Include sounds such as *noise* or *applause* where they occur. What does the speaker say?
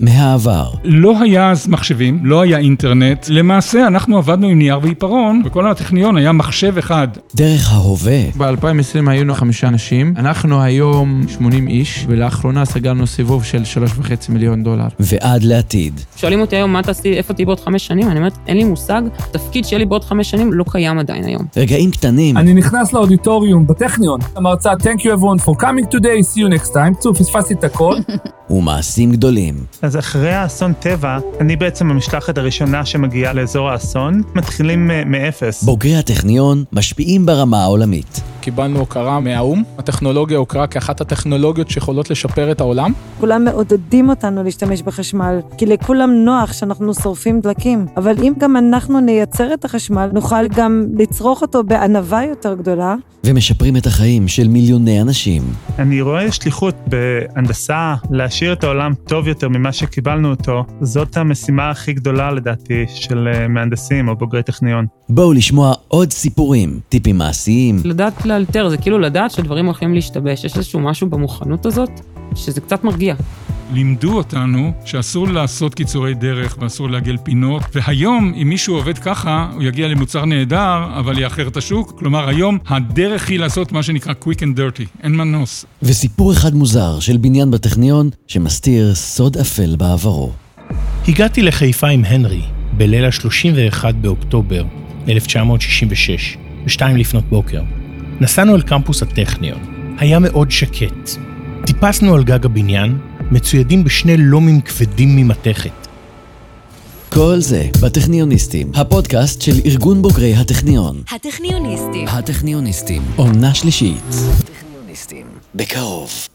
מהעבר. לא היה אז מחשבים, לא היה אינטרנט, למעשה אנחנו עבדנו עם נייר ועיפרון, וכל הטכניון היה מחשב אחד. דרך ההווה. ב-2020 היינו חמישה אנשים, אנחנו היום 80 איש, ולאחרונה סגרנו סיבוב של 3.5 מיליון דולר. ועד לעתיד. שואלים אותי היום, מה תעשי, איפה תהיי בעוד חמש שנים? אני אומרת, אין לי מושג, התפקיד שלי בעוד חמש שנים לא קיים עדיין היום. רגעים קטנים. אני נכנס לאודיטוריום בטכניון, המרצה, Thank you everyone for coming today, see you next time. קצור, פספסתי את הכל. ומעשים גדולים. אז אחרי האסון טבע, אני בעצם המשלחת הראשונה שמגיעה לאזור האסון, מתחילים אה, מאפס. בוגרי הטכניון משפיעים ברמה העולמית. *laughs* קיבלנו הוקרה מהאו"ם, הטכנולוגיה הוכרה כאחת הטכנולוגיות שיכולות לשפר את העולם. כולם מעודדים אותנו להשתמש בחשמל, כי לכולם נוח שאנחנו שורפים דלקים, אבל אם גם אנחנו נייצר את החשמל, נוכל גם לצרוך אותו בענווה יותר גדולה. ומשפרים את החיים של מיליוני אנשים. אני רואה שליחות בהנדסה, להשאיר את העולם טוב יותר ממה שקיבלנו אותו, זאת המשימה הכי גדולה לדעתי של אה, מהנדסים או בוגרי טכניון. בואו לשמוע עוד סיפורים, טיפים מעשיים. לדעת לאלתר, זה כאילו לדעת שדברים הולכים להשתבש. יש איזשהו משהו במוכנות הזאת, שזה קצת מרגיע. לימדו אותנו שאסור לעשות קיצורי דרך ואסור לעגל פינות, והיום אם מישהו עובד ככה, הוא יגיע למוצר נהדר, אבל יאחר את השוק. כלומר, היום הדרך היא לעשות מה שנקרא quick and dirty, אין מנוס. וסיפור אחד מוזר של בניין בטכניון, שמסתיר סוד אפל בעברו. הגעתי לחיפה עם הנרי בליל ה-31 באוקטובר 1966, ב-2 לפנות בוקר. נסענו אל קמפוס הטכניון. היה מאוד שקט. טיפסנו על גג הבניין, מצוידים בשני לומים כבדים ממתכת. כל זה בטכניוניסטים, הפודקאסט של ארגון בוגרי הטכניון. הטכניוניסטים. הטכניוניסטים, עונה שלישית. הטכניוניסטים. בקרוב.